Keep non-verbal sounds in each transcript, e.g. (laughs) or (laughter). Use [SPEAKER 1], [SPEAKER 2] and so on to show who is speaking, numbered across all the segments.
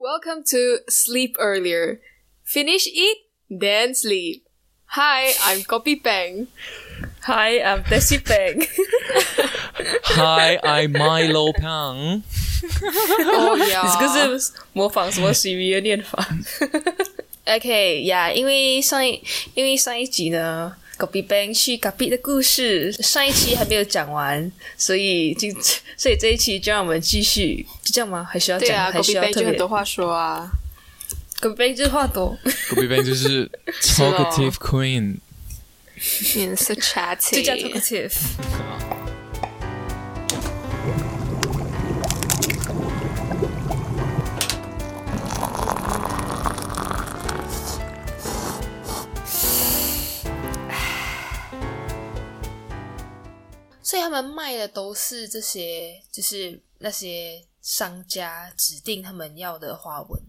[SPEAKER 1] Welcome to Sleep Earlier. Finish eat, then sleep. Hi, I'm Copy Peng.
[SPEAKER 2] Hi, I'm Desi Peng.
[SPEAKER 3] Hi, I'm Milo Pang。
[SPEAKER 1] 哦呀，
[SPEAKER 2] (laughs) 你这
[SPEAKER 1] (laughs)
[SPEAKER 2] 个是模仿什么 Siri 的念 (laughs) 法？OK 呀、因为上一因为上一集呢，Gobi Bang 去 Gobi 的故事，上一期还没有讲完，所以就 (laughs) 所以这一期就让我们继续，就这样吗？还需要
[SPEAKER 1] 对
[SPEAKER 2] 讲？
[SPEAKER 1] 啊
[SPEAKER 2] 还需
[SPEAKER 1] ，Copy
[SPEAKER 2] 要
[SPEAKER 1] Peng
[SPEAKER 2] 特
[SPEAKER 1] 就很
[SPEAKER 2] 别
[SPEAKER 1] 多话说啊。
[SPEAKER 2] ？Gobi Bang 就是话多，
[SPEAKER 3] Gobi Bang 就是 Talkative (laughs) Queen。
[SPEAKER 1] 面色 chatty，
[SPEAKER 2] 就叫 talkative。所以他们卖的都是这些，就是那些商家指定他们要的花纹。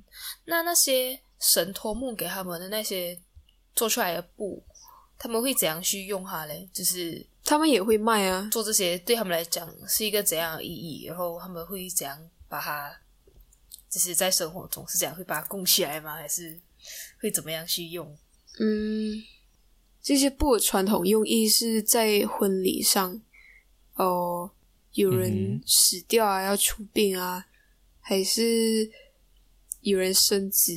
[SPEAKER 2] 那那些神托木给他们的那些做出来的布，他们会怎样去用它嘞？就是
[SPEAKER 1] 他们也会卖啊。
[SPEAKER 2] 做这些对他们来讲是一个怎样的意义？然后他们会怎样把它，就是在生活中是怎样会把它供起来吗？还是会怎么样去用？
[SPEAKER 1] 嗯，这些布的传统用意是在婚礼上，哦，有人
[SPEAKER 3] 嗯
[SPEAKER 1] 死掉啊，要出殡啊，还是有人生子？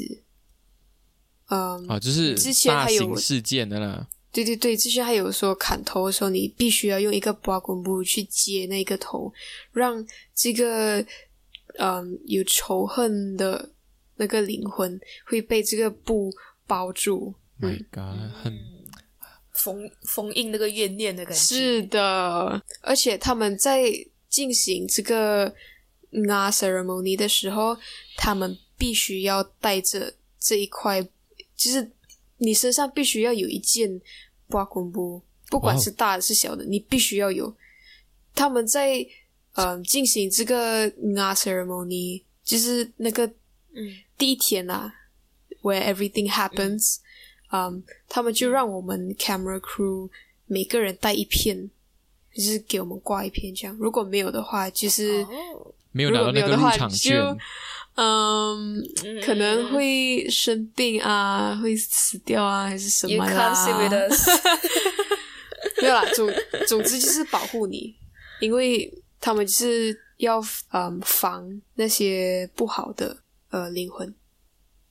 [SPEAKER 1] 嗯，
[SPEAKER 3] 啊，就是
[SPEAKER 1] 之前
[SPEAKER 3] 大
[SPEAKER 1] 还有
[SPEAKER 3] 型事件啊的啦。
[SPEAKER 1] 对对对，之前还有说砍头的时候，你必须要用一个刮滚布去接那个头，让这个嗯有仇恨的那个灵魂会被这个布包住。
[SPEAKER 3] My God，很
[SPEAKER 2] 封封印那个怨念的感觉，
[SPEAKER 1] 是的，而且他们在进行这个啊 ceremony 的时候，他们必须要带着这一块，就是你身上必须要有一件刮滚布，不管
[SPEAKER 3] 哇哦
[SPEAKER 1] 是大的是小的，你必须要有。他们在嗯进行这个啊 ceremony，就是那个
[SPEAKER 2] 嗯
[SPEAKER 1] 第一天啊，where everything happens，嗯他们就让我们 camera crew 每个人带一片，就是给我们挂一片这样。如果没有的话，就是、
[SPEAKER 2] 哦
[SPEAKER 3] 没有拿到那
[SPEAKER 1] 如
[SPEAKER 3] 个
[SPEAKER 1] 果没有的
[SPEAKER 3] 入
[SPEAKER 1] 话
[SPEAKER 3] 场券，
[SPEAKER 1] 就嗯，可能会生病啊，会死掉啊，还是什
[SPEAKER 2] ，You
[SPEAKER 1] 么
[SPEAKER 2] can't
[SPEAKER 1] 啦？
[SPEAKER 2] s i t with us
[SPEAKER 1] (laughs) 没有啦，总总之就是保护你，因为他们就是要嗯防那些不好的呃灵魂。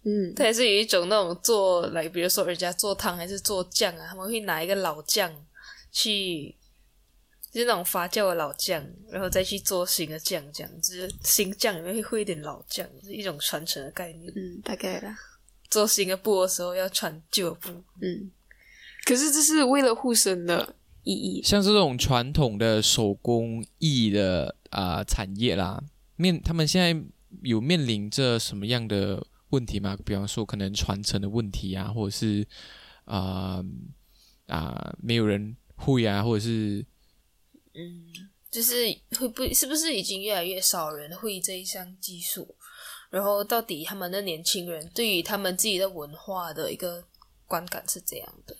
[SPEAKER 1] 嗯，
[SPEAKER 2] 它也是有一种那种做，来比如说人家做汤还是做酱啊，他们会拿一个老酱去，就是那种发酵的老酱，然后再去做新的酱，这样就是新酱里面会会一点老酱，是一种传承的概念。
[SPEAKER 1] 嗯，大概啦。
[SPEAKER 2] 做新的布的时候要传旧的布，
[SPEAKER 1] 嗯，可是这是为了护身的意义。
[SPEAKER 3] 像这种传统的手工艺的啊、呃产业啦，面他们现在有面临着什么样的问题吗？比方说可能传承的问题啊，或者是啊啊、没有人会啊，或者是
[SPEAKER 2] 就是会不是不是已经越来越少人会这一项技术？然后到底他们的年轻人对于他们自己的文化的一个观感是怎样的？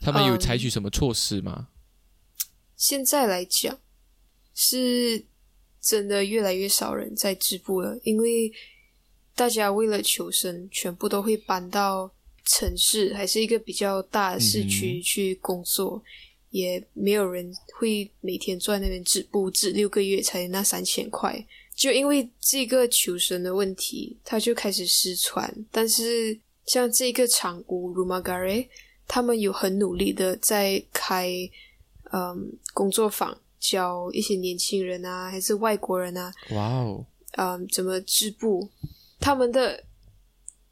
[SPEAKER 3] 他们有
[SPEAKER 1] 嗯
[SPEAKER 3] 采取什么措施吗？
[SPEAKER 1] 现在来讲，是真的越来越少人在织布了，因为大家为了求生，全部都会搬到城市，还是一个比较大的市区去工作，也没有人会每天坐在那边织布，织六个月才那三千块。就因为这个求生的问题，它就开始失传。但是像这个厂屋 Rumagare，他们有很努力的在开嗯工作坊，教一些年轻人啊，还是外国人啊，
[SPEAKER 3] 哇哦，
[SPEAKER 1] 嗯，怎么织布，他们的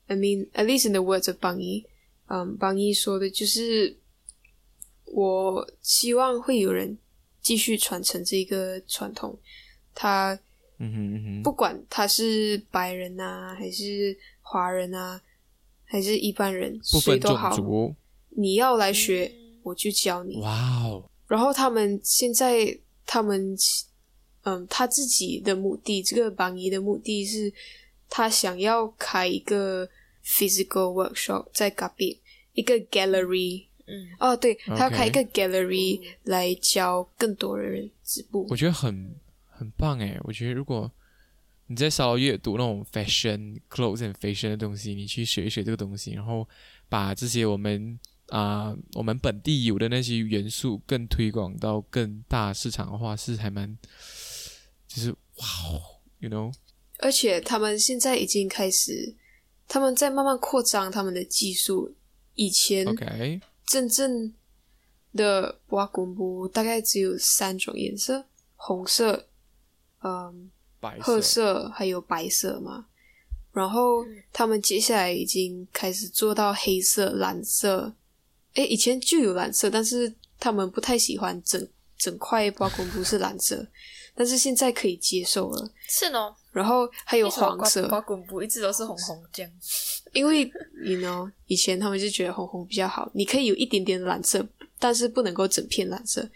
[SPEAKER 1] ，I mean at least in the words of 邦一，嗯，邦一说的就是，我希望会有人继续传承这个传统，他
[SPEAKER 3] 嗯哼嗯哼，
[SPEAKER 1] 不管他是白人呐、还是华人啊，还是一般人，
[SPEAKER 3] 不
[SPEAKER 1] 谁
[SPEAKER 3] 分
[SPEAKER 1] 都
[SPEAKER 3] 种
[SPEAKER 1] 好，
[SPEAKER 3] 族，
[SPEAKER 1] 你要来学，我就教你。
[SPEAKER 3] 哇哦，
[SPEAKER 1] 然后他们现在他们嗯，他自己的目的，这个榜一的目的是，他想要开一个 physical workshop 在 g a b i 一个 gallery。
[SPEAKER 2] 嗯，
[SPEAKER 1] 哦，对，
[SPEAKER 3] OK
[SPEAKER 1] 他要开一个 gallery 来教更多的人织布
[SPEAKER 3] 我。觉得很很棒诶，我觉得如果你在稍微阅读那种 fashion clothes and fashion 的东西，你去学一学这个东西，然后把这些我们啊、我们本地有的那些元素更推广到更大市场的话，是还蛮就是哇哦，you know，
[SPEAKER 1] 而且他们现在已经开始，他们在慢慢扩张他们的技术。以前
[SPEAKER 3] OK，
[SPEAKER 1] 真正的挖滚布大概只有三种颜色：红色、嗯、
[SPEAKER 3] 白
[SPEAKER 1] 褐
[SPEAKER 3] 色
[SPEAKER 1] 色还有白色嘛。然后
[SPEAKER 2] 嗯
[SPEAKER 1] 他们接下来已经开始做到黑色、蓝色。诶，以前就有蓝色，但是他们不太喜欢整整块挖滚布是蓝色，但是现在可以接受了。
[SPEAKER 2] 是喏，
[SPEAKER 1] 然后还有
[SPEAKER 2] 为什么
[SPEAKER 1] 黄色，
[SPEAKER 2] 刮刮滚布一直都是红红这样。
[SPEAKER 1] 因为你呢，以前他们就觉得红红比较好，你可以有一点点蓝色，但是不能够整片蓝色。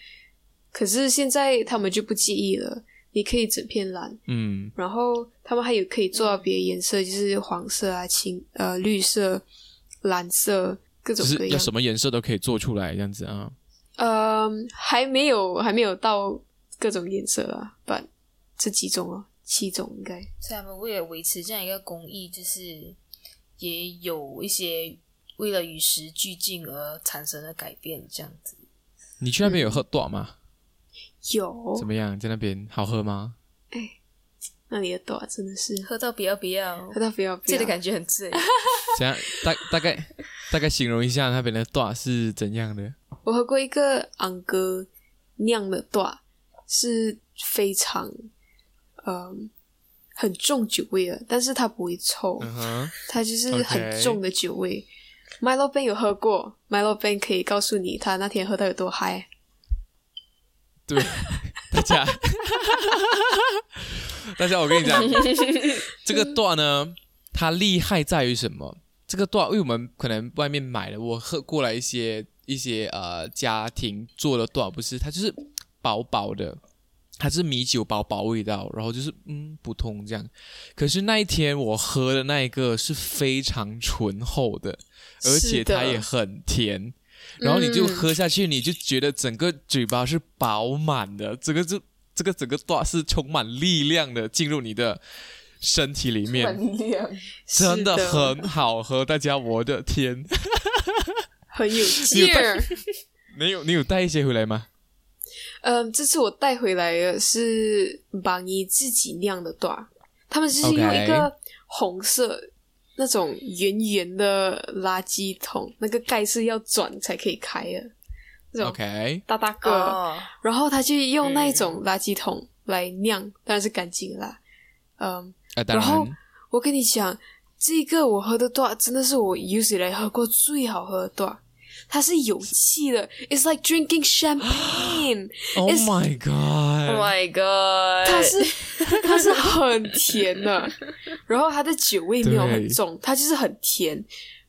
[SPEAKER 1] 可是现在他们就不介意了，你可以整片蓝，
[SPEAKER 3] 嗯，
[SPEAKER 1] 然后他们还有可以做到别的颜色，就是黄色啊、青呃绿色、蓝色各
[SPEAKER 3] 就
[SPEAKER 1] 种各
[SPEAKER 3] 是要
[SPEAKER 1] 样。
[SPEAKER 3] 什么颜色都可以做出来这样子啊。
[SPEAKER 1] 嗯，还没有还没有到各种颜色啊，但这几种哦，七种应该。
[SPEAKER 2] 所以他们为了维持这样一个工艺，就是也有一些为了与时俱进而产生的改变，这样子。
[SPEAKER 3] 你去那
[SPEAKER 1] 嗯
[SPEAKER 3] 边有喝多吗？
[SPEAKER 1] 有哦
[SPEAKER 3] 怎，么样？在那边好喝吗？
[SPEAKER 1] 那你的朵真的是
[SPEAKER 2] 喝到不要不要，
[SPEAKER 1] 喝到不要不
[SPEAKER 2] 这
[SPEAKER 1] 要
[SPEAKER 2] 的感觉很醉。
[SPEAKER 3] 怎样？大大概大概形容一下那边的多是怎样的？
[SPEAKER 1] 我喝过一个昂哥酿的段，是非常，嗯，很重酒味的，但是它不会臭，
[SPEAKER 3] 嗯哼，
[SPEAKER 1] 它就是
[SPEAKER 3] OK
[SPEAKER 1] 很重的酒味。Milo Ben 有喝过，Milo Ben 可以告诉你他那天喝到有多嗨。
[SPEAKER 3] 对， (laughs) 大家， (laughs) 大家，我跟你讲， (laughs) 这个段呢，它厉害在于什么？这个段，因为我们可能外面买的，我喝过来一些一些呃家庭做的段，不是它就是薄薄的，它是米酒薄薄味道，然后就是嗯普通这样。可是那一天我喝的那一个是非常醇厚的，而且
[SPEAKER 1] 是的嗯
[SPEAKER 3] 它也很甜。然后你就喝下去，你就觉得整个嘴巴是饱满的，这个就这个整个段是充满力量的进入你的身体里 (laughs) 面，
[SPEAKER 1] (laughs)
[SPEAKER 3] 真
[SPEAKER 1] 是的
[SPEAKER 3] 很好喝。大家，我的天， (laughs)
[SPEAKER 1] 很有
[SPEAKER 3] 有
[SPEAKER 1] 劲
[SPEAKER 3] 带
[SPEAKER 1] 儿。
[SPEAKER 3] 你有你有带一些回来吗？
[SPEAKER 1] (laughs) 嗯，这次我带回来的是榜一自己酿的段，他们就是用
[SPEAKER 3] OK
[SPEAKER 1] 一个红色那种圆圆的垃圾桶，那个盖是要转才可以开的，那种
[SPEAKER 3] OK，嗯
[SPEAKER 1] 大大个，
[SPEAKER 2] 哦，
[SPEAKER 1] 然后他就用那种垃圾桶来酿，当然是干净的啦。嗯，
[SPEAKER 3] 啊，当
[SPEAKER 1] 然后
[SPEAKER 3] 然，
[SPEAKER 1] 我跟你讲，这个我喝的段真的是我有史以来喝过最好喝的段，它是有气的，It's like drinking champagne 。
[SPEAKER 3] Oh
[SPEAKER 1] it's-
[SPEAKER 3] my
[SPEAKER 2] Oh
[SPEAKER 3] God，
[SPEAKER 2] my god！
[SPEAKER 1] 它是 (laughs) 它是很甜的，然后它的酒味没有很重，它就是很甜，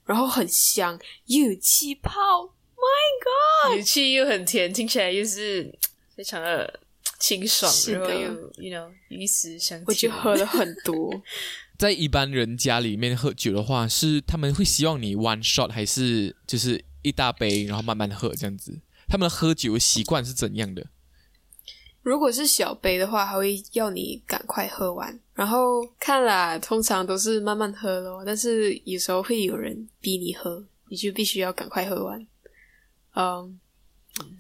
[SPEAKER 1] 然后很香，又有气泡。
[SPEAKER 2] 语气又很甜，听起来又是嘖非常的嘖清爽，
[SPEAKER 1] 是
[SPEAKER 2] 然后
[SPEAKER 1] 的
[SPEAKER 2] 又 you know 一时想起，
[SPEAKER 1] 我就喝了很多，
[SPEAKER 3] 在一般人家里面喝酒的话，是他们会希望你 one shot 还是就是一大杯，然后慢慢喝这样子？他们的喝酒的习惯是怎样的？
[SPEAKER 1] 如果是小杯的话，还会要你赶快喝完。然后看啦，通常都是慢慢喝咯，但是有时候会有人逼你喝，你就必须要赶快喝完。嗯，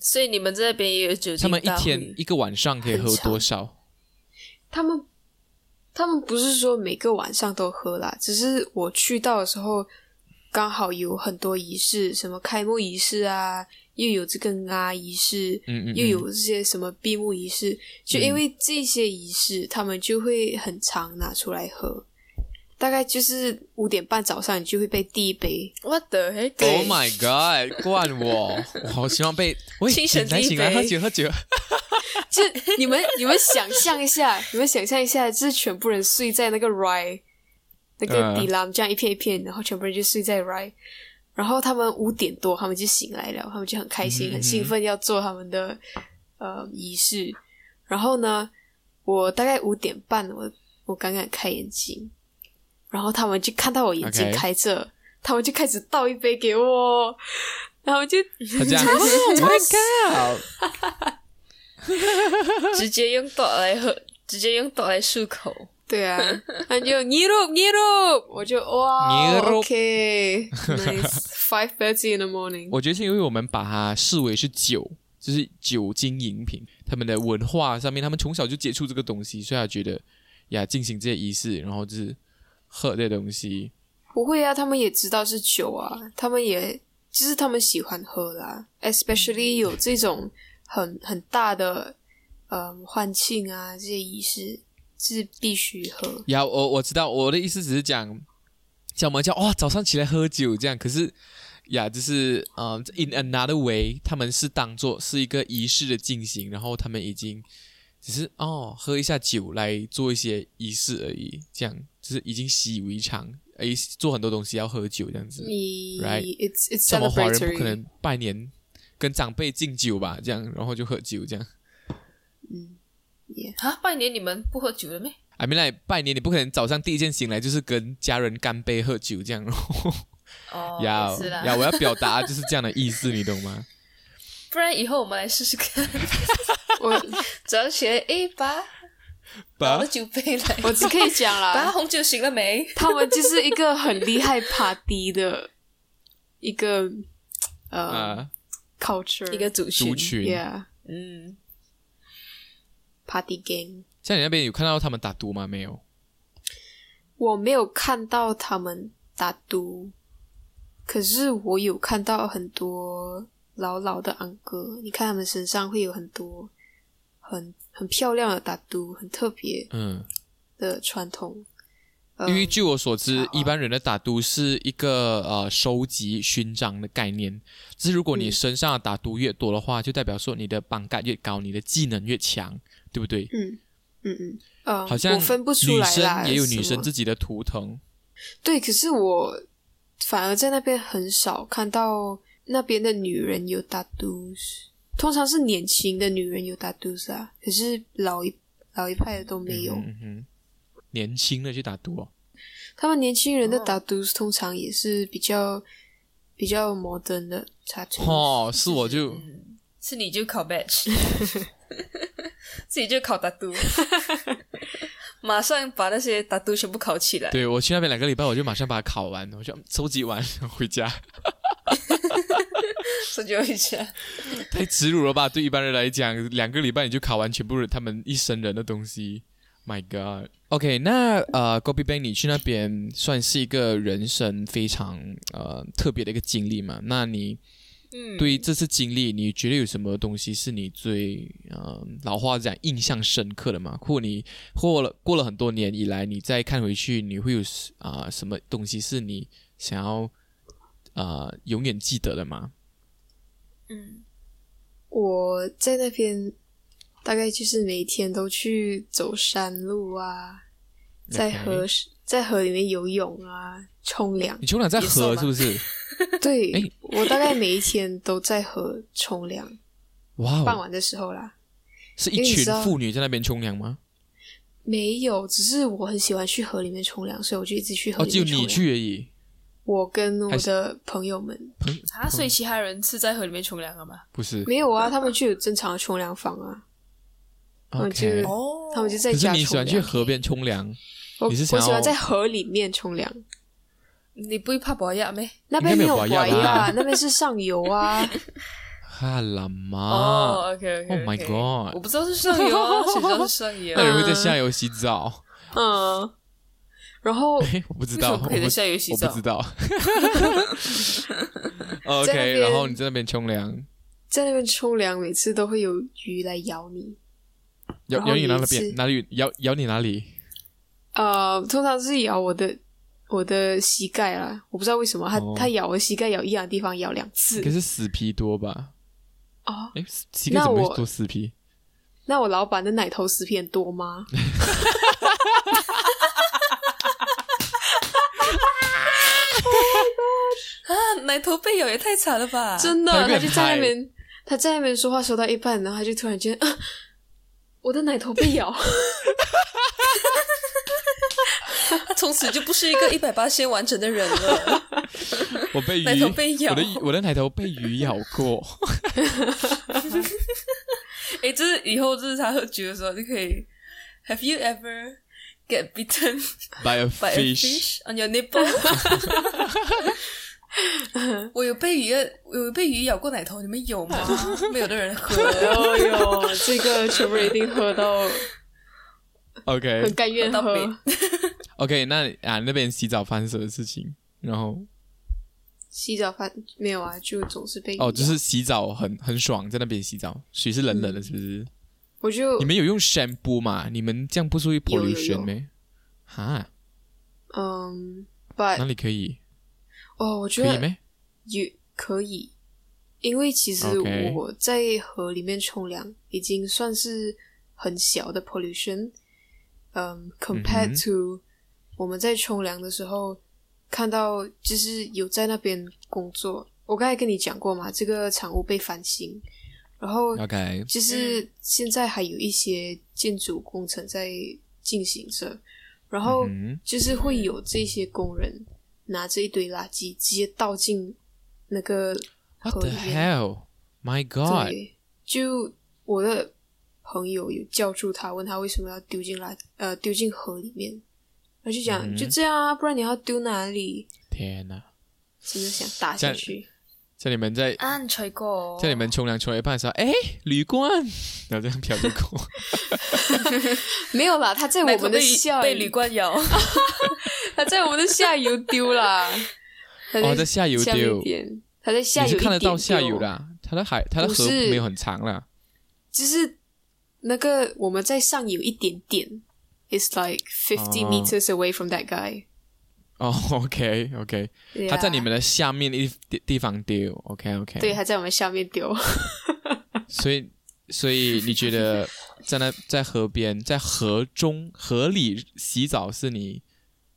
[SPEAKER 2] 所以你们这边也有酒精
[SPEAKER 3] 他们一
[SPEAKER 2] 大会
[SPEAKER 3] 天一个晚上可以喝
[SPEAKER 1] 很长
[SPEAKER 3] 多少？
[SPEAKER 1] 他们他们不是说每个晚上都喝啦，只是我去到的时候刚好有很多仪式，什么开幕仪式啊，又有这个啊仪式，
[SPEAKER 3] 嗯嗯嗯
[SPEAKER 1] 又有这些什么闭幕仪式，就因为这些仪
[SPEAKER 3] 嗯
[SPEAKER 1] 式，他们就会很常拿出来喝。大概就是五点半早上，你就会被第一杯。
[SPEAKER 2] ，What the heck？
[SPEAKER 3] Oh my god！灌我，我好希望被喂
[SPEAKER 2] 清
[SPEAKER 3] 醒
[SPEAKER 2] 晨
[SPEAKER 3] 来
[SPEAKER 2] 第一
[SPEAKER 3] 醒来，喝
[SPEAKER 2] 杯
[SPEAKER 3] 酒喝
[SPEAKER 2] (laughs)
[SPEAKER 3] 酒。
[SPEAKER 1] 就你们你们想象一下，你们想象一下，就是全部人睡在那个 rye 那个
[SPEAKER 3] 嗯
[SPEAKER 1] 底栏这样一片一片，然后全部人就睡在 rye，然后他们五点多他们就醒来了，他们就很开
[SPEAKER 3] 嗯
[SPEAKER 1] 心、
[SPEAKER 3] 哼
[SPEAKER 1] 很兴奋要做他们的呃仪式。然后呢，我大概五点半，我我刚刚开眼睛，然后他们就看到我眼睛
[SPEAKER 3] OK
[SPEAKER 1] 开着他们就开始倒一杯给我，然后我就 (laughs)
[SPEAKER 3] 他这样，Oh my god！
[SPEAKER 2] 直接用刀来喝，直接用刀来漱口。
[SPEAKER 1] 对
[SPEAKER 3] (laughs)
[SPEAKER 1] 啊，他就 n i r u p n i r u 我就哇
[SPEAKER 3] Nirup (laughs)
[SPEAKER 1] ，OK，nice，five thirty in the morning，
[SPEAKER 3] 我觉得是因为我们把它视为是酒，就是酒精饮品，他们的文化上面，他们从小就接触这个东西，所以他觉得呀，进行这些仪式，然后就是喝这东西，
[SPEAKER 1] 不会啊，他们也知道是酒啊，他们也就是他们喜欢喝啦，especially
[SPEAKER 3] 嗯
[SPEAKER 1] 有这种很很大的嗯欢庆啊这些仪式是必须喝，
[SPEAKER 3] 呀，我我知道，我的意思只是讲，像我们叫哇、早上起来喝酒这样，可是呀，就是呃、i n another way，他们是当做是一个仪式的进行，然后他们已经只是哦喝一下酒来做一些仪式而已，这样就是已经习以为常，诶，做很多东西要喝酒这样子。
[SPEAKER 1] 你
[SPEAKER 3] Right
[SPEAKER 1] it's it's
[SPEAKER 3] 像我们华人不可
[SPEAKER 1] celebratory，
[SPEAKER 3] 能拜年跟长辈敬酒吧，这样然后就喝酒这样。
[SPEAKER 1] 嗯
[SPEAKER 2] 啊，拜年你们不喝酒了没？
[SPEAKER 3] I mean like 拜年你不可能早上第一件醒来就是跟家人干杯喝酒这样，然后。
[SPEAKER 2] 哦，
[SPEAKER 3] 呀
[SPEAKER 2] 也是啦
[SPEAKER 3] 呀，我要表达就是这样的意思，你
[SPEAKER 1] (laughs)
[SPEAKER 3] 懂吗？
[SPEAKER 2] 不然以后我们来试试看，
[SPEAKER 3] (laughs)
[SPEAKER 1] 我
[SPEAKER 2] 早上起来，哎，把把
[SPEAKER 3] 把
[SPEAKER 2] 我的酒
[SPEAKER 3] (laughs)
[SPEAKER 2] 杯来，
[SPEAKER 1] 我只可以讲
[SPEAKER 2] 把
[SPEAKER 1] 啦，
[SPEAKER 2] 红酒醒了没？
[SPEAKER 1] 他们就是一个很厉害 party 的一个呃
[SPEAKER 3] 啊，
[SPEAKER 1] culture，
[SPEAKER 2] 一个族群，
[SPEAKER 3] 族群，
[SPEAKER 1] yeah
[SPEAKER 2] 嗯，
[SPEAKER 1] party game。
[SPEAKER 3] 像你那边有看到他们打赌吗？没有。
[SPEAKER 1] 我没有看到他们打赌，可是我有看到很多老老的昂哥，你看他们身上会有很多很很漂亮的打赌，很特别
[SPEAKER 3] 嗯，
[SPEAKER 1] 的传统。呃
[SPEAKER 3] 因为据我所知
[SPEAKER 1] 好，啊
[SPEAKER 3] 一般人的打赌是一个呃收集勋章的概念，只是如果你
[SPEAKER 1] 嗯
[SPEAKER 3] 身上的打赌越多的话，就代表说你的绑杆越高，你的技能越强，对不对？
[SPEAKER 1] 嗯嗯嗯，呃，
[SPEAKER 3] 好像
[SPEAKER 1] 我分不出
[SPEAKER 3] 女
[SPEAKER 1] 来啦，
[SPEAKER 3] 生也有女
[SPEAKER 1] 什
[SPEAKER 3] 生
[SPEAKER 1] 么
[SPEAKER 3] 自己的图腾，
[SPEAKER 1] 对，可是我反而在那边很少看到那边的女人有打嘟，通常是年轻的女人有打嘟啊，可是老一老一派的都没有。
[SPEAKER 3] 嗯哼嗯哼年轻的去打赌哦。
[SPEAKER 1] 他们年轻人的
[SPEAKER 2] 哦
[SPEAKER 1] 打嘟通常也是比较比较摩登的插图。
[SPEAKER 3] 哦，是我就
[SPEAKER 2] 嗯是你就考 (laughs) batch，自己就考打赌， (laughs) 马上把那些打赌全部考起
[SPEAKER 3] (laughs)
[SPEAKER 2] 来。
[SPEAKER 3] 对我去那边两个礼拜，我就马上把它考完，我就嗯收集完 (laughs) 回家。
[SPEAKER 2] 搜究一下，
[SPEAKER 3] 太耻辱了吧？对一般人来讲，两个礼拜你就考完全部人他们一生人的东西。My God。OK，那呃 g o b i Bank，你去那边算是一个人生非常呃特别的一个经历嘛？那你
[SPEAKER 2] 嗯，
[SPEAKER 3] 对于这次经历，你觉得有什么东西是你最呃老话讲印象深刻的吗？或你过了过了很多年以来，你再看回去，你会有啊、呃什么东西是你想要呃永远记得的吗？
[SPEAKER 2] 嗯，
[SPEAKER 1] 我在那边大概就是每天都去走山路啊，在
[SPEAKER 3] OK
[SPEAKER 1] 河在河里面游泳啊，冲凉
[SPEAKER 3] 你。冲凉在
[SPEAKER 2] 野
[SPEAKER 3] 河
[SPEAKER 2] 兽吗
[SPEAKER 3] 是不是？
[SPEAKER 1] (laughs) 对，
[SPEAKER 3] 诶
[SPEAKER 1] 我大概每一天都在河冲凉，
[SPEAKER 3] 哇、哦！
[SPEAKER 1] 傍晚的时候啦。
[SPEAKER 3] 是
[SPEAKER 1] 因
[SPEAKER 3] 一
[SPEAKER 1] 为你
[SPEAKER 3] 群
[SPEAKER 1] 知道
[SPEAKER 3] 妇女在那边冲凉吗？
[SPEAKER 1] 没有，只是我很喜欢去河里面冲凉，所以我就一直去河
[SPEAKER 3] 哦，
[SPEAKER 1] 里
[SPEAKER 3] 只有
[SPEAKER 1] 面冲凉。
[SPEAKER 3] 你去而已。
[SPEAKER 1] 我跟我
[SPEAKER 3] 还
[SPEAKER 1] 的朋友们
[SPEAKER 2] 啊，所以其他人是在河里面冲凉了吗？
[SPEAKER 3] 不是
[SPEAKER 1] 没有啊，他们就有正常的冲凉房啊，我就
[SPEAKER 3] ，OK。
[SPEAKER 2] 哦
[SPEAKER 1] 他们就在
[SPEAKER 3] 可是
[SPEAKER 1] 家
[SPEAKER 3] 你喜
[SPEAKER 1] 冲
[SPEAKER 3] 欢去
[SPEAKER 1] 凉。
[SPEAKER 3] 河边冲凉，
[SPEAKER 1] 我我
[SPEAKER 3] 你是
[SPEAKER 1] 喜
[SPEAKER 3] 想要
[SPEAKER 1] 欢在河里面冲凉，
[SPEAKER 2] 你不会怕保亚咩？
[SPEAKER 1] 那边有
[SPEAKER 3] 应该没有拐
[SPEAKER 1] 啊
[SPEAKER 3] 吧，
[SPEAKER 1] 那边是上游
[SPEAKER 3] (laughs)
[SPEAKER 1] 啊。
[SPEAKER 3] 哈啦妈，
[SPEAKER 2] 哦，OK OK，
[SPEAKER 3] 啊 Oh my god 哎
[SPEAKER 2] 我不知道是上游啊，谁知道是上游
[SPEAKER 3] 那？你会在下游洗澡？ (laughs)
[SPEAKER 1] 嗯，然后
[SPEAKER 3] 嘿，我不知
[SPEAKER 2] 为什
[SPEAKER 3] 道，
[SPEAKER 2] 么
[SPEAKER 3] 我
[SPEAKER 2] 不
[SPEAKER 3] 不
[SPEAKER 2] 可以在下游洗
[SPEAKER 3] 我
[SPEAKER 2] 澡
[SPEAKER 3] 不知道。
[SPEAKER 1] 在那
[SPEAKER 3] OK，
[SPEAKER 1] 边
[SPEAKER 3] 然后你在那边冲凉，
[SPEAKER 1] 在那边冲凉，每次都会有鱼来咬你。
[SPEAKER 3] 咬
[SPEAKER 1] 然后
[SPEAKER 3] 咬你哪
[SPEAKER 1] 有一次
[SPEAKER 3] 边？哪里咬咬你哪里？
[SPEAKER 1] 呃，通常是咬我的我的膝盖啦，我不知道为什么它
[SPEAKER 3] 哦
[SPEAKER 1] 它咬我膝盖咬一样的地方咬两次
[SPEAKER 3] 应该是死皮多吧？
[SPEAKER 1] 哦。
[SPEAKER 3] 哎，膝盖
[SPEAKER 1] 那
[SPEAKER 3] 怎么
[SPEAKER 1] 我
[SPEAKER 3] 会多死皮？
[SPEAKER 1] 那我老板的奶头死片多吗？
[SPEAKER 2] 啊，奶头被咬也太惨
[SPEAKER 3] (laughs)
[SPEAKER 2] 了吧！
[SPEAKER 1] 真的，
[SPEAKER 3] 啊
[SPEAKER 1] 他
[SPEAKER 3] 他会
[SPEAKER 1] 就
[SPEAKER 3] 很
[SPEAKER 1] 在那边他在那边说话说到一半，然后他就突然间 (gasps) 啊，我的奶头被咬，
[SPEAKER 2] 他从此就不是一个一百八先完整的
[SPEAKER 3] (laughs)
[SPEAKER 2] 人了。
[SPEAKER 3] 我被鱼
[SPEAKER 2] 奶头被咬
[SPEAKER 3] 我的我的奶头被鱼咬过。
[SPEAKER 2] 哎，这是以后就是他喝酒的时候，你可以。Have you ever get bitten
[SPEAKER 3] by a
[SPEAKER 2] by a
[SPEAKER 3] fish，
[SPEAKER 2] fish on your nipple 。我有被鱼，啊我有被鱼咬过奶头，你们
[SPEAKER 3] (laughs)
[SPEAKER 2] 有吗？没有的人喝。
[SPEAKER 1] 哦 (laughs) 哟，这个全部人一定喝到
[SPEAKER 3] OK
[SPEAKER 1] 很甘愿
[SPEAKER 2] 喝到
[SPEAKER 1] 喝。
[SPEAKER 2] 扁
[SPEAKER 3] OK，那啊那边洗澡发生什么事情？然后
[SPEAKER 1] 洗澡饭没有啊，就总是被
[SPEAKER 3] 哦，就是洗澡很很爽，在那边洗澡，水是冷冷的，是不是？
[SPEAKER 1] 我就
[SPEAKER 3] 你们有用 shampoo 吗？你们这样不是会
[SPEAKER 1] 有有有
[SPEAKER 3] pollution 吗？哈，
[SPEAKER 1] 嗯
[SPEAKER 3] 哪
[SPEAKER 1] ，but
[SPEAKER 3] 里可以？
[SPEAKER 1] 哦，我觉
[SPEAKER 3] 可以
[SPEAKER 1] 得
[SPEAKER 3] 吗？
[SPEAKER 1] 也可以，因为其实
[SPEAKER 3] OK
[SPEAKER 1] 我在河里面冲凉已经算是很小的 pollution，嗯
[SPEAKER 3] 嗯哼
[SPEAKER 1] ，compared to 我们在冲凉的时候看到就是有在那边工作，我刚才跟你讲过嘛，这个产物被翻新，然后
[SPEAKER 3] OK，
[SPEAKER 1] 就是现在还有一些建筑工程在进行着，然后
[SPEAKER 3] 嗯哼
[SPEAKER 1] 就是会有这些工人拿着一堆垃圾直接倒进那个
[SPEAKER 3] What
[SPEAKER 1] 河
[SPEAKER 3] the
[SPEAKER 1] 里面。
[SPEAKER 3] hell？My God！
[SPEAKER 1] 对，就我的朋友有叫住他，问他为什么要丢进垃呃丢进河里面，他就讲、
[SPEAKER 3] 嗯
[SPEAKER 1] 就这样啊，不然你要丢哪里？
[SPEAKER 3] 天哪！
[SPEAKER 1] 真的想打
[SPEAKER 3] 这
[SPEAKER 1] 下
[SPEAKER 3] 样
[SPEAKER 1] 去。
[SPEAKER 3] 在你们
[SPEAKER 1] 哦
[SPEAKER 3] 在
[SPEAKER 2] (laughs) 啊，你吹过？
[SPEAKER 3] 在你们冲凉冲到一半的时候，哎，铝罐，然后这样飘着
[SPEAKER 1] (laughs)
[SPEAKER 3] 过。
[SPEAKER 1] 没有啦，他在
[SPEAKER 2] 奶
[SPEAKER 1] 我
[SPEAKER 2] 头
[SPEAKER 1] 们的
[SPEAKER 2] 被鱼
[SPEAKER 1] 下
[SPEAKER 2] 被
[SPEAKER 1] 游
[SPEAKER 2] 铝罐咬。
[SPEAKER 1] 他在我们的下游丢啦。他
[SPEAKER 3] 哦
[SPEAKER 1] (laughs)
[SPEAKER 3] 在下游丢
[SPEAKER 1] 面一点，他在下
[SPEAKER 3] 你
[SPEAKER 1] 游
[SPEAKER 3] 是看得
[SPEAKER 1] 一点
[SPEAKER 3] 到下游
[SPEAKER 1] 丢
[SPEAKER 3] 的，啊，它的海它的
[SPEAKER 1] 不
[SPEAKER 3] 河
[SPEAKER 1] 是
[SPEAKER 3] 没有很长啦。
[SPEAKER 1] 就是那个我们在上游一点点，it's like fifty
[SPEAKER 3] 哦
[SPEAKER 1] meters away from that guy。
[SPEAKER 3] 哦，OK OK，
[SPEAKER 1] 对
[SPEAKER 3] 它
[SPEAKER 1] 啊
[SPEAKER 3] 在你们的下面一地地方丢，OK OK。
[SPEAKER 1] 对，啊他在我们下面丢。
[SPEAKER 3] 所以所以你觉得在那在河边在河中河里洗澡是你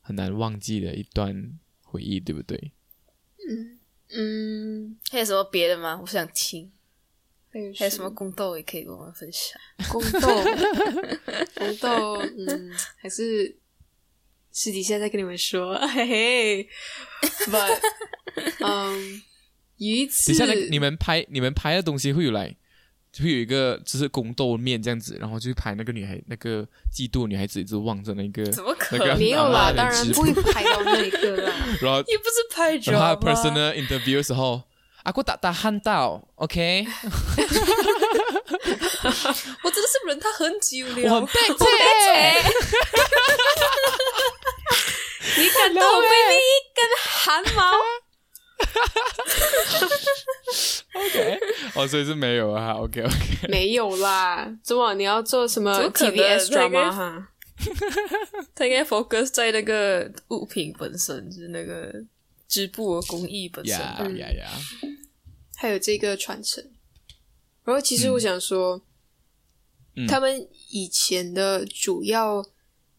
[SPEAKER 3] 很难忘记的一段回忆，对不对？
[SPEAKER 1] 嗯，
[SPEAKER 2] (laughs) 还有什么别的吗？我想听。
[SPEAKER 1] 还有
[SPEAKER 2] 还有什
[SPEAKER 1] (laughs)
[SPEAKER 2] 么宫斗也可以跟我们分享？
[SPEAKER 1] 宫斗？宫斗，嗯，还是私底下再跟你们说， (laughs) 嘿嘿。But，嗯，鱼刺
[SPEAKER 3] 等一下，那个你们拍你们拍的东西会有来，会有一个就是宫斗面这样子，然后就拍那个女孩，那个嫉妒女孩子一直望着那个，
[SPEAKER 2] 怎么可
[SPEAKER 3] 那个
[SPEAKER 2] 能
[SPEAKER 1] 没有啦，
[SPEAKER 3] 阿嬷的
[SPEAKER 1] 当然
[SPEAKER 3] 直
[SPEAKER 1] 不
[SPEAKER 3] 播
[SPEAKER 1] 会拍到那个啦。
[SPEAKER 3] 然后
[SPEAKER 2] 也不是拍照
[SPEAKER 3] 然后她啊
[SPEAKER 2] 吧
[SPEAKER 3] personal interview 的时候，啊，我打打汗到，OK，
[SPEAKER 2] 我真的是忍他很久
[SPEAKER 3] 我
[SPEAKER 2] (laughs)
[SPEAKER 3] 很
[SPEAKER 2] 了。
[SPEAKER 3] 背
[SPEAKER 1] (laughs)
[SPEAKER 3] (laughs) 背，
[SPEAKER 1] 你感到我被另一根汗毛？
[SPEAKER 3] 哦，所以是没有啊
[SPEAKER 1] (laughs)
[SPEAKER 3] ，OK OK，
[SPEAKER 1] 没有啦，周晚你要做什么
[SPEAKER 2] 怎么可能
[SPEAKER 1] TBS
[SPEAKER 2] 那个
[SPEAKER 1] drama 哈？
[SPEAKER 2] 他应该 focus 在那个物品本身，就是那个织布的工艺本身吧。
[SPEAKER 3] 呀呀呀，
[SPEAKER 1] 还有这个传承。然后其实
[SPEAKER 3] 嗯
[SPEAKER 1] 我想说，
[SPEAKER 3] 嗯
[SPEAKER 1] 他们以前的主要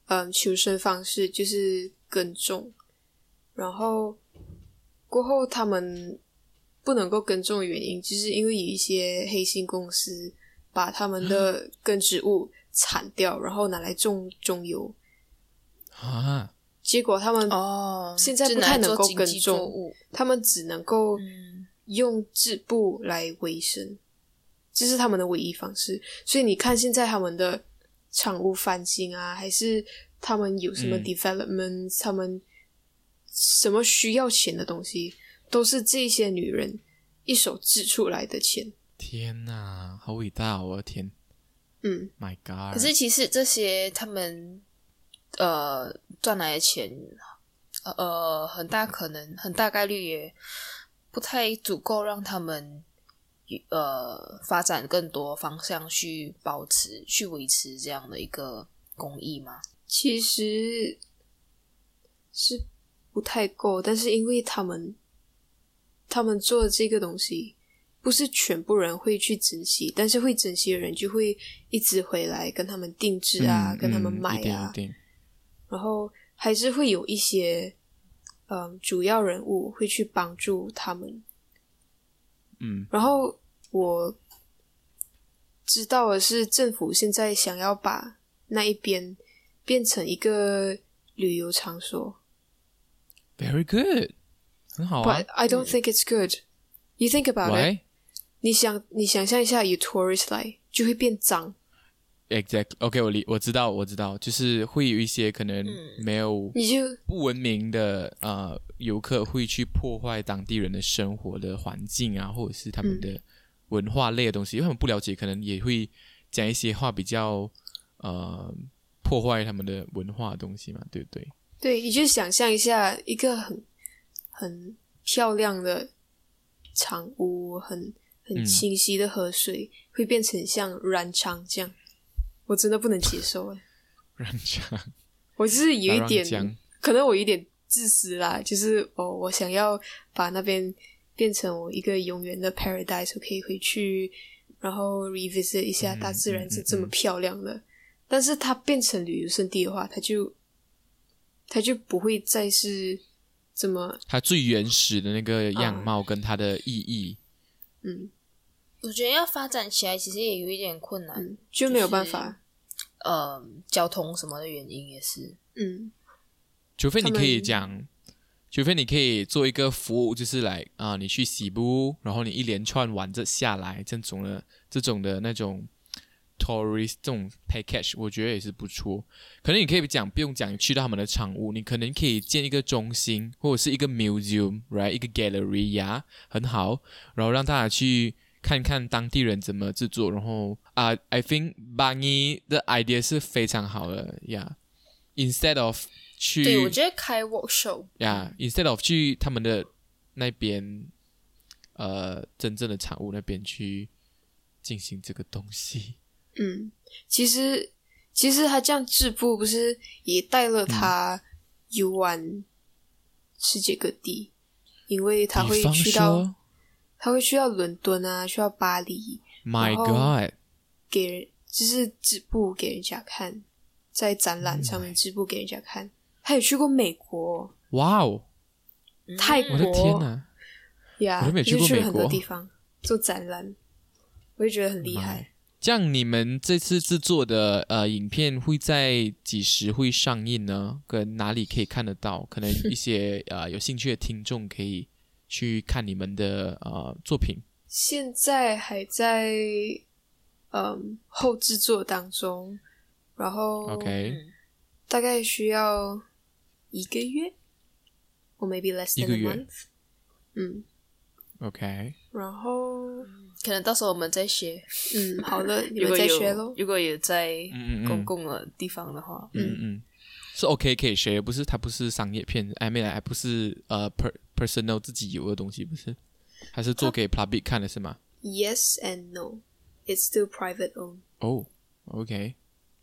[SPEAKER 1] 嗯求生方式就是耕种，然后过后他们不能够耕种的原因，就是因为有一些黑心公司把他们
[SPEAKER 3] 嗯
[SPEAKER 1] 的根植物铲掉，然后拿来种中油，
[SPEAKER 3] 啊，
[SPEAKER 1] 结果他们
[SPEAKER 2] 哦，
[SPEAKER 1] 现在
[SPEAKER 2] 就
[SPEAKER 1] 不
[SPEAKER 2] 拿来
[SPEAKER 1] 太能
[SPEAKER 2] 做
[SPEAKER 1] 够
[SPEAKER 2] 经
[SPEAKER 1] 耕
[SPEAKER 2] 济
[SPEAKER 1] 种
[SPEAKER 2] 作物。
[SPEAKER 1] 他们只能够
[SPEAKER 2] 嗯，
[SPEAKER 1] 用织布来维生，这是他们的唯一方式。所以你看，现在他们的产物翻新啊，还是他们有什么
[SPEAKER 3] 嗯
[SPEAKER 1] development，、他们什么需要钱的东西，都是这些女人一手织出来的钱。
[SPEAKER 3] 天哪，好伟大哦，我的天
[SPEAKER 1] 嗯，
[SPEAKER 3] ，My God，
[SPEAKER 2] 可是其实这些他们呃赚来的钱，呃，很大可能、很大概率也不太足够让他们呃发展更多方向去保持、去维持这样的一个工艺嘛。
[SPEAKER 1] 其实是不太够，但是因为他们他们做的这个东西，不是全部人会去珍惜，但是会珍惜的人就会一直回来跟他们定制啊，
[SPEAKER 3] 嗯
[SPEAKER 1] 跟他们
[SPEAKER 3] 嗯
[SPEAKER 1] 买
[SPEAKER 3] 一定
[SPEAKER 1] 啊
[SPEAKER 3] 一，定
[SPEAKER 1] 然后还是会有一些嗯主要人物会去帮助他们。
[SPEAKER 3] 嗯
[SPEAKER 1] 然后我知道的是，政府现在想要把那一边变成一个旅游场所。
[SPEAKER 3] ，Very good，很好啊
[SPEAKER 1] But I don't think it's good. You think about it.
[SPEAKER 3] ，Why？
[SPEAKER 1] 你想，你想象一下，有 tourist 来，就会变脏。
[SPEAKER 3] exact OK，我理我知道我知道，就是会有一些可能
[SPEAKER 2] 嗯
[SPEAKER 3] 没有
[SPEAKER 1] 你就
[SPEAKER 3] 不文明的呃游客会去破坏当地人的生活的环境啊，或者是他们的文化类的东西，因为他们不了解，可能也会讲一些话比较呃破坏他们的文化的东西嘛，对不对？ (laughs)
[SPEAKER 1] 对，你就想象一下一个很很漂亮的长屋，很很
[SPEAKER 3] 嗯
[SPEAKER 1] 清晰的河水，会变成像燃肠这样，我真的不能接受哎。
[SPEAKER 3] 让讲
[SPEAKER 1] 我就是有一
[SPEAKER 3] 让
[SPEAKER 1] 点
[SPEAKER 3] 讲
[SPEAKER 1] 可能我有点自私啦，就是哦，我想要把那边变成我一个永远的 paradise，我可以回去，然后 revisit 一下
[SPEAKER 3] 嗯
[SPEAKER 1] 大自然
[SPEAKER 3] 嗯
[SPEAKER 1] 是
[SPEAKER 3] 嗯
[SPEAKER 1] 这么
[SPEAKER 3] 嗯
[SPEAKER 1] 漂亮的。但是它变成旅游胜地的话，它就它就不会再是这么
[SPEAKER 3] 它最原始的那个样貌跟它的意义，
[SPEAKER 1] 嗯
[SPEAKER 2] 我觉得要发展起来其实也有一点困难，
[SPEAKER 1] 嗯，就没有办法
[SPEAKER 2] 呃，交通什么的原因也是。
[SPEAKER 1] 嗯
[SPEAKER 3] 除非你
[SPEAKER 1] 他们
[SPEAKER 3] 可以讲，除非你可以做一个服务，就是来啊、你去西部，然后你一连串玩这下来，这种的这种的那种 tourist 这种 package，我觉得也是不错。可能你可以讲，不用讲去到他们的场屋，你可能可以建一个中心或者是一个 museum，right，一个 gallery 呀、很好，然后让大家去。看看当地人怎么制作，然后啊、i think Bunny 的 idea 是非常好的呀。Yeah. Instead of 去
[SPEAKER 2] 对，我觉得开 workshop
[SPEAKER 3] 呀、i n s t e a d of 去他们的那边，呃，真正的产物那边去进行这个东西，
[SPEAKER 1] 嗯，其实其实他这样织布不是也带
[SPEAKER 3] 嗯
[SPEAKER 1] 了他游玩世界各地，因为他会
[SPEAKER 3] 比方
[SPEAKER 1] 去到。
[SPEAKER 3] 说
[SPEAKER 1] 他会去到伦敦啊，去到巴黎，
[SPEAKER 3] ，My
[SPEAKER 1] 然后
[SPEAKER 3] God，
[SPEAKER 1] 给人就是织布给人家看，在展览上面织布给人家看。他也去过美国、
[SPEAKER 3] 哇哦，
[SPEAKER 1] 泰
[SPEAKER 3] 我的天
[SPEAKER 1] 国
[SPEAKER 3] 哪，
[SPEAKER 1] 呀，
[SPEAKER 3] 我都没有去
[SPEAKER 1] 就
[SPEAKER 3] 过
[SPEAKER 1] 去了
[SPEAKER 3] 美
[SPEAKER 1] 很多
[SPEAKER 3] 国
[SPEAKER 1] 地方做展览，我就觉得很厉害。
[SPEAKER 3] 这样你们这次制作的呃影片会在几时会上映呢？跟哪里可以看得到？可能一些呃有兴趣的听众可以去看你们的呃作品。
[SPEAKER 1] 现在还在嗯后制作当中，然
[SPEAKER 3] 哦
[SPEAKER 1] 后
[SPEAKER 3] OK，
[SPEAKER 2] 嗯
[SPEAKER 1] 大概需要一个月，or maybe less
[SPEAKER 3] 一
[SPEAKER 1] than
[SPEAKER 3] 个
[SPEAKER 1] a
[SPEAKER 3] 月
[SPEAKER 1] month。嗯，
[SPEAKER 3] OK，
[SPEAKER 1] 然后。
[SPEAKER 2] 可能到时候我们再学，
[SPEAKER 1] 嗯，好
[SPEAKER 3] (laughs)
[SPEAKER 1] 了，你
[SPEAKER 2] 如
[SPEAKER 1] 们
[SPEAKER 2] 果
[SPEAKER 1] 再
[SPEAKER 2] 有
[SPEAKER 3] 哦
[SPEAKER 1] 学喽。
[SPEAKER 2] 如果有在
[SPEAKER 3] 嗯嗯嗯
[SPEAKER 2] 公共的地方的话，
[SPEAKER 3] 嗯嗯，是 OK 可以学，不是它不是商业片，I mean 还不是呃 per personal 自己有的东西，不是，还是做给 public 看的是吗？
[SPEAKER 1] Yes and no, it's still private owned。
[SPEAKER 3] 哦、o k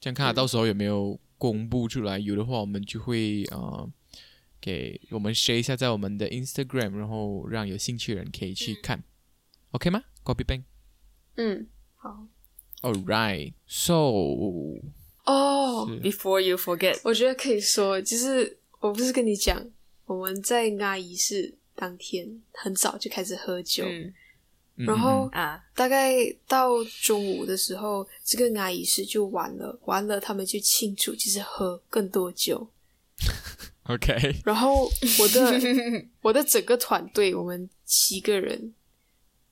[SPEAKER 3] 这样看看到时候有没有公布出来，有的话我们就会呃给我们 share 一下在我们的 Instagram，然后让有兴趣的人可以去看、o k 吗？Copy Bank，All
[SPEAKER 1] 嗯，好。
[SPEAKER 3] right，so
[SPEAKER 1] 哦、
[SPEAKER 3] 是
[SPEAKER 2] Before you forget，
[SPEAKER 1] 我觉得可以说，就是我不是跟你讲，我们在阿仪式当天很早就开始喝酒，
[SPEAKER 2] 嗯
[SPEAKER 3] 嗯
[SPEAKER 1] 然后
[SPEAKER 2] 啊，
[SPEAKER 1] 大概到中午的时候，这个阿仪式就完了，完了他们就庆祝，就是喝更多酒。
[SPEAKER 3] 嗯嗯 OK，
[SPEAKER 1] 然后我的我的整个团队，我们七个人，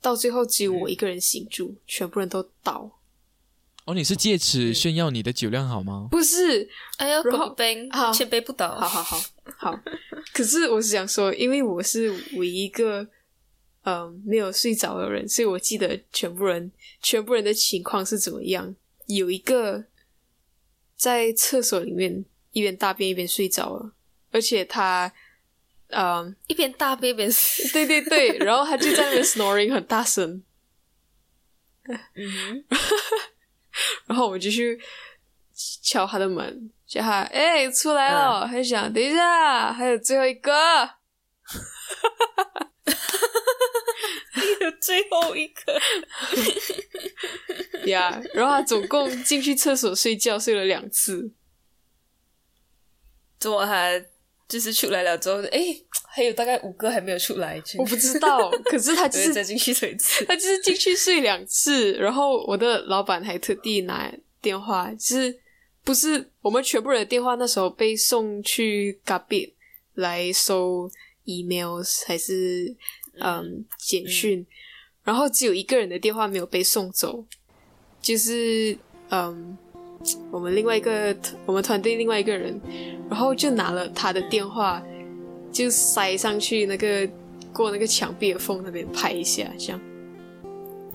[SPEAKER 1] 到最后只有我一个人醒住，全部人都倒。
[SPEAKER 3] 哦，你是借此炫耀你的酒量好吗？
[SPEAKER 1] 不是，
[SPEAKER 2] 哎呀，
[SPEAKER 1] 然后
[SPEAKER 2] 狗兵
[SPEAKER 1] 好
[SPEAKER 2] 千杯不倒，
[SPEAKER 1] 好好好好。可是我是想说，因为我是唯一一个嗯、没有睡着的人，所以我记得全部人全部人的情况是怎么样。有一个在厕所里面一边大便一边睡着了，而且他嗯、
[SPEAKER 2] 一边大杯一边死，
[SPEAKER 1] 对对对，然后他就在那边 snoring 很大声，
[SPEAKER 2] 嗯
[SPEAKER 1] 然后我就去敲他的门，叫他哎、出来了，他就想等一下，还有最后一个。
[SPEAKER 2] 哼， (laughs) 最后一个，
[SPEAKER 1] 呀然后他总共进去厕所睡觉睡了两次，
[SPEAKER 2] 怎么还就是出来了之后，哎，还有大概五个还没有出来，
[SPEAKER 1] 我不知道，可是他就
[SPEAKER 2] 就是再
[SPEAKER 1] 是
[SPEAKER 2] 进去这一次，
[SPEAKER 1] 他就是进去睡两次，然后我的老板还特地拿电话，就是不是我们全部人的电话那时候被送去 g a b 来收 emails 还是嗯简讯，然后只有一个人的电话没有被送走，就是嗯我们另外一个我们团队另外一个人，然后就拿了他的电话，就塞上去那个过那个墙壁的缝那边拍一下，这样。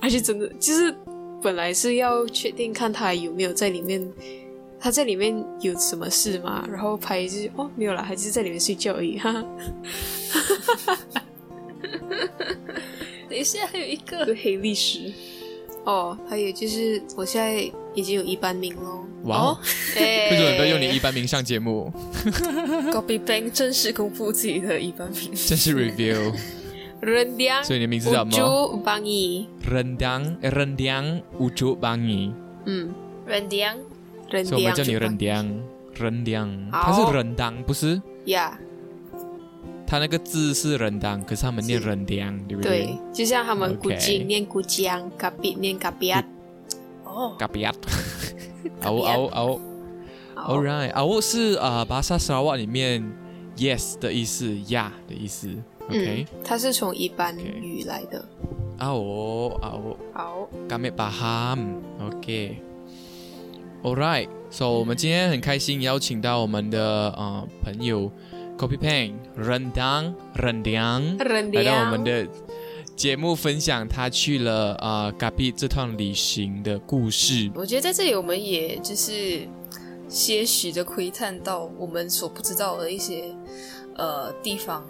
[SPEAKER 1] 而且真的就是本来是要确定看他有没有在里面，他在里面有什么事嘛，然后拍就是哦没有啦，他就是在里面睡觉而已，哈哈。
[SPEAKER 2] (laughs) 等一下还有一个
[SPEAKER 1] 个 (laughs) 黑历史。哦，还有就是我现在已经有一般名 (laughs) 喽。
[SPEAKER 3] 哇哦，
[SPEAKER 2] 为
[SPEAKER 1] 哎
[SPEAKER 3] 为什么不要用你一般名上节目？
[SPEAKER 2] Copy Bank 正式公布自己的一般评
[SPEAKER 3] 这
[SPEAKER 1] (laughs)
[SPEAKER 3] 是 review，
[SPEAKER 1] Rendang
[SPEAKER 3] 所以你的名字叫什么
[SPEAKER 1] Uju Bangi，
[SPEAKER 3] ？rendang rendang ujuk bangi，
[SPEAKER 1] 嗯
[SPEAKER 2] r a n d i a n
[SPEAKER 3] 所以我们叫
[SPEAKER 1] ，Rendang
[SPEAKER 3] 你 rendang rendang，
[SPEAKER 1] 好
[SPEAKER 3] 它是 rendang 不是？
[SPEAKER 1] 呀，
[SPEAKER 3] 它那个字是 rendang，可是他们念 rendang，对不
[SPEAKER 1] 对？，就像他们
[SPEAKER 3] OK
[SPEAKER 1] 古晋念古江，嘎比念啊嘎比亚，
[SPEAKER 2] 哦，
[SPEAKER 1] (laughs)
[SPEAKER 3] 嘎比亚，嗷嗷嗷，All right，嗷是啊巴萨沙瓦里面 yes 的意思，yeah 的意思
[SPEAKER 1] 嗯
[SPEAKER 3] ，OK，，
[SPEAKER 1] 它是从一般
[SPEAKER 3] OK
[SPEAKER 1] 语来的。
[SPEAKER 3] 嗷嗷。
[SPEAKER 1] 好，
[SPEAKER 3] kami paham. OK. Alright. So 我们今天很开心邀请到我们的呃朋友 Copy Pang Rendang Rendang 来到我们
[SPEAKER 1] Rendang
[SPEAKER 3] 的节目分享他去了啊 g a b i 这趟旅行的故事。
[SPEAKER 2] 我觉得在这里我们也就是些许的窥探到我们所不知道的一些呃地方，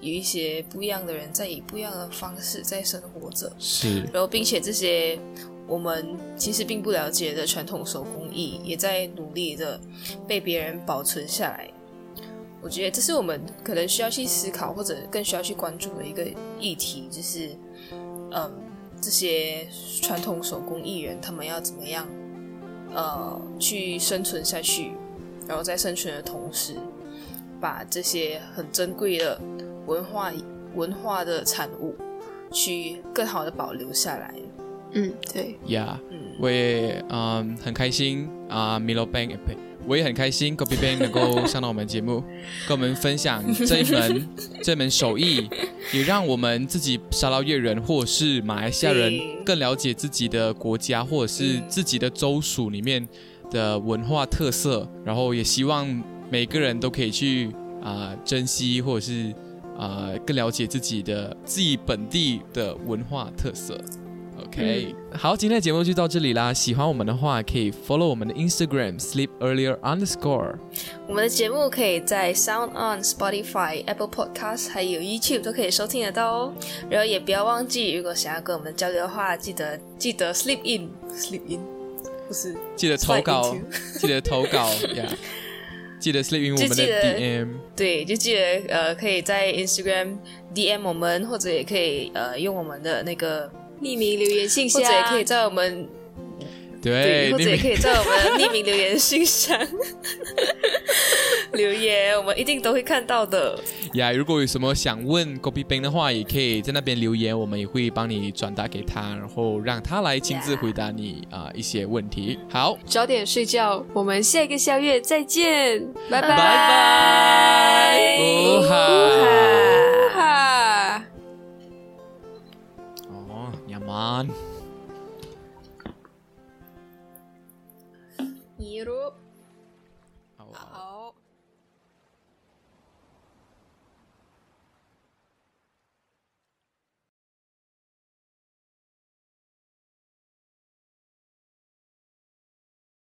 [SPEAKER 2] 有一些不一样的人在以不一样的方式在生活着，
[SPEAKER 3] 是
[SPEAKER 2] 然后并且这些我们其实并不了解的传统手工艺，也在努力的被别人保存下来。我觉得这是我们可能需要去思考，或者更需要去关注的一个议题，就是，嗯，这些传统手工艺人他们要怎么样，呃，去生存下去，然后在生存的同时，把这些很珍贵的文化文化的产物，去更好的保留下来。
[SPEAKER 1] 嗯，对，
[SPEAKER 3] 呀，
[SPEAKER 2] 嗯，
[SPEAKER 3] 我也嗯很开心啊、m i l o Bang，不我也很开心 Copy Bang 能够上到我们节目，跟我们分享这一门这门手艺，也让我们自己沙捞越人或是马来西亚人
[SPEAKER 2] 对
[SPEAKER 3] 更了解自己的国家或者
[SPEAKER 2] 嗯
[SPEAKER 3] 是自己的州属里面的文化特色，然后也希望每个人都可以去啊、珍惜或者是。啊更了解自己的自己本地的文化特色。OK，、好，
[SPEAKER 2] 嗯
[SPEAKER 3] 今天的节目就到这里啦。喜欢我们的话，可以 follow 我们的 Instagram sleep earlier underscore。
[SPEAKER 2] 我们的节目可以在 Sound On、Spotify、Apple Podcast 还有 YouTube 都可以收听得到哦。然后也不要忘记，如果想要跟我们交流的话，记得记得 Sleep In Sleep In，不是
[SPEAKER 3] 记得投稿
[SPEAKER 2] Slide，
[SPEAKER 3] 记得投稿 (laughs) 呀记得 sleep in 我
[SPEAKER 2] 就
[SPEAKER 3] 们的
[SPEAKER 2] 记得
[SPEAKER 3] DM。
[SPEAKER 2] 对，就记得呃可以在 Instagram DM 我们，或者也可以呃用我们的那个，
[SPEAKER 1] 匿名留言信
[SPEAKER 2] 或
[SPEAKER 1] 箱
[SPEAKER 2] 者也可以在我们
[SPEAKER 3] 对，
[SPEAKER 2] 对，或
[SPEAKER 3] 你
[SPEAKER 2] 者也
[SPEAKER 3] 们
[SPEAKER 2] 可以在我们的匿名留言信箱 (laughs) 留言，我们一定都会看到的。
[SPEAKER 3] 呀如果有什么想问 Gobi Bang 的话，也可以在那边留言，我们也会帮你转达给他，然后让他来亲自回答你啊、一些问题。好，
[SPEAKER 1] 早点睡觉，我们下一个宵夜再见，拜拜
[SPEAKER 3] 拜
[SPEAKER 1] (laughs)
[SPEAKER 3] 拜，
[SPEAKER 1] 呜
[SPEAKER 3] 呜哈。
[SPEAKER 1] 哈。
[SPEAKER 3] Oh, nyaman.
[SPEAKER 2] Nyirup.
[SPEAKER 3] Oh.
[SPEAKER 2] Oh.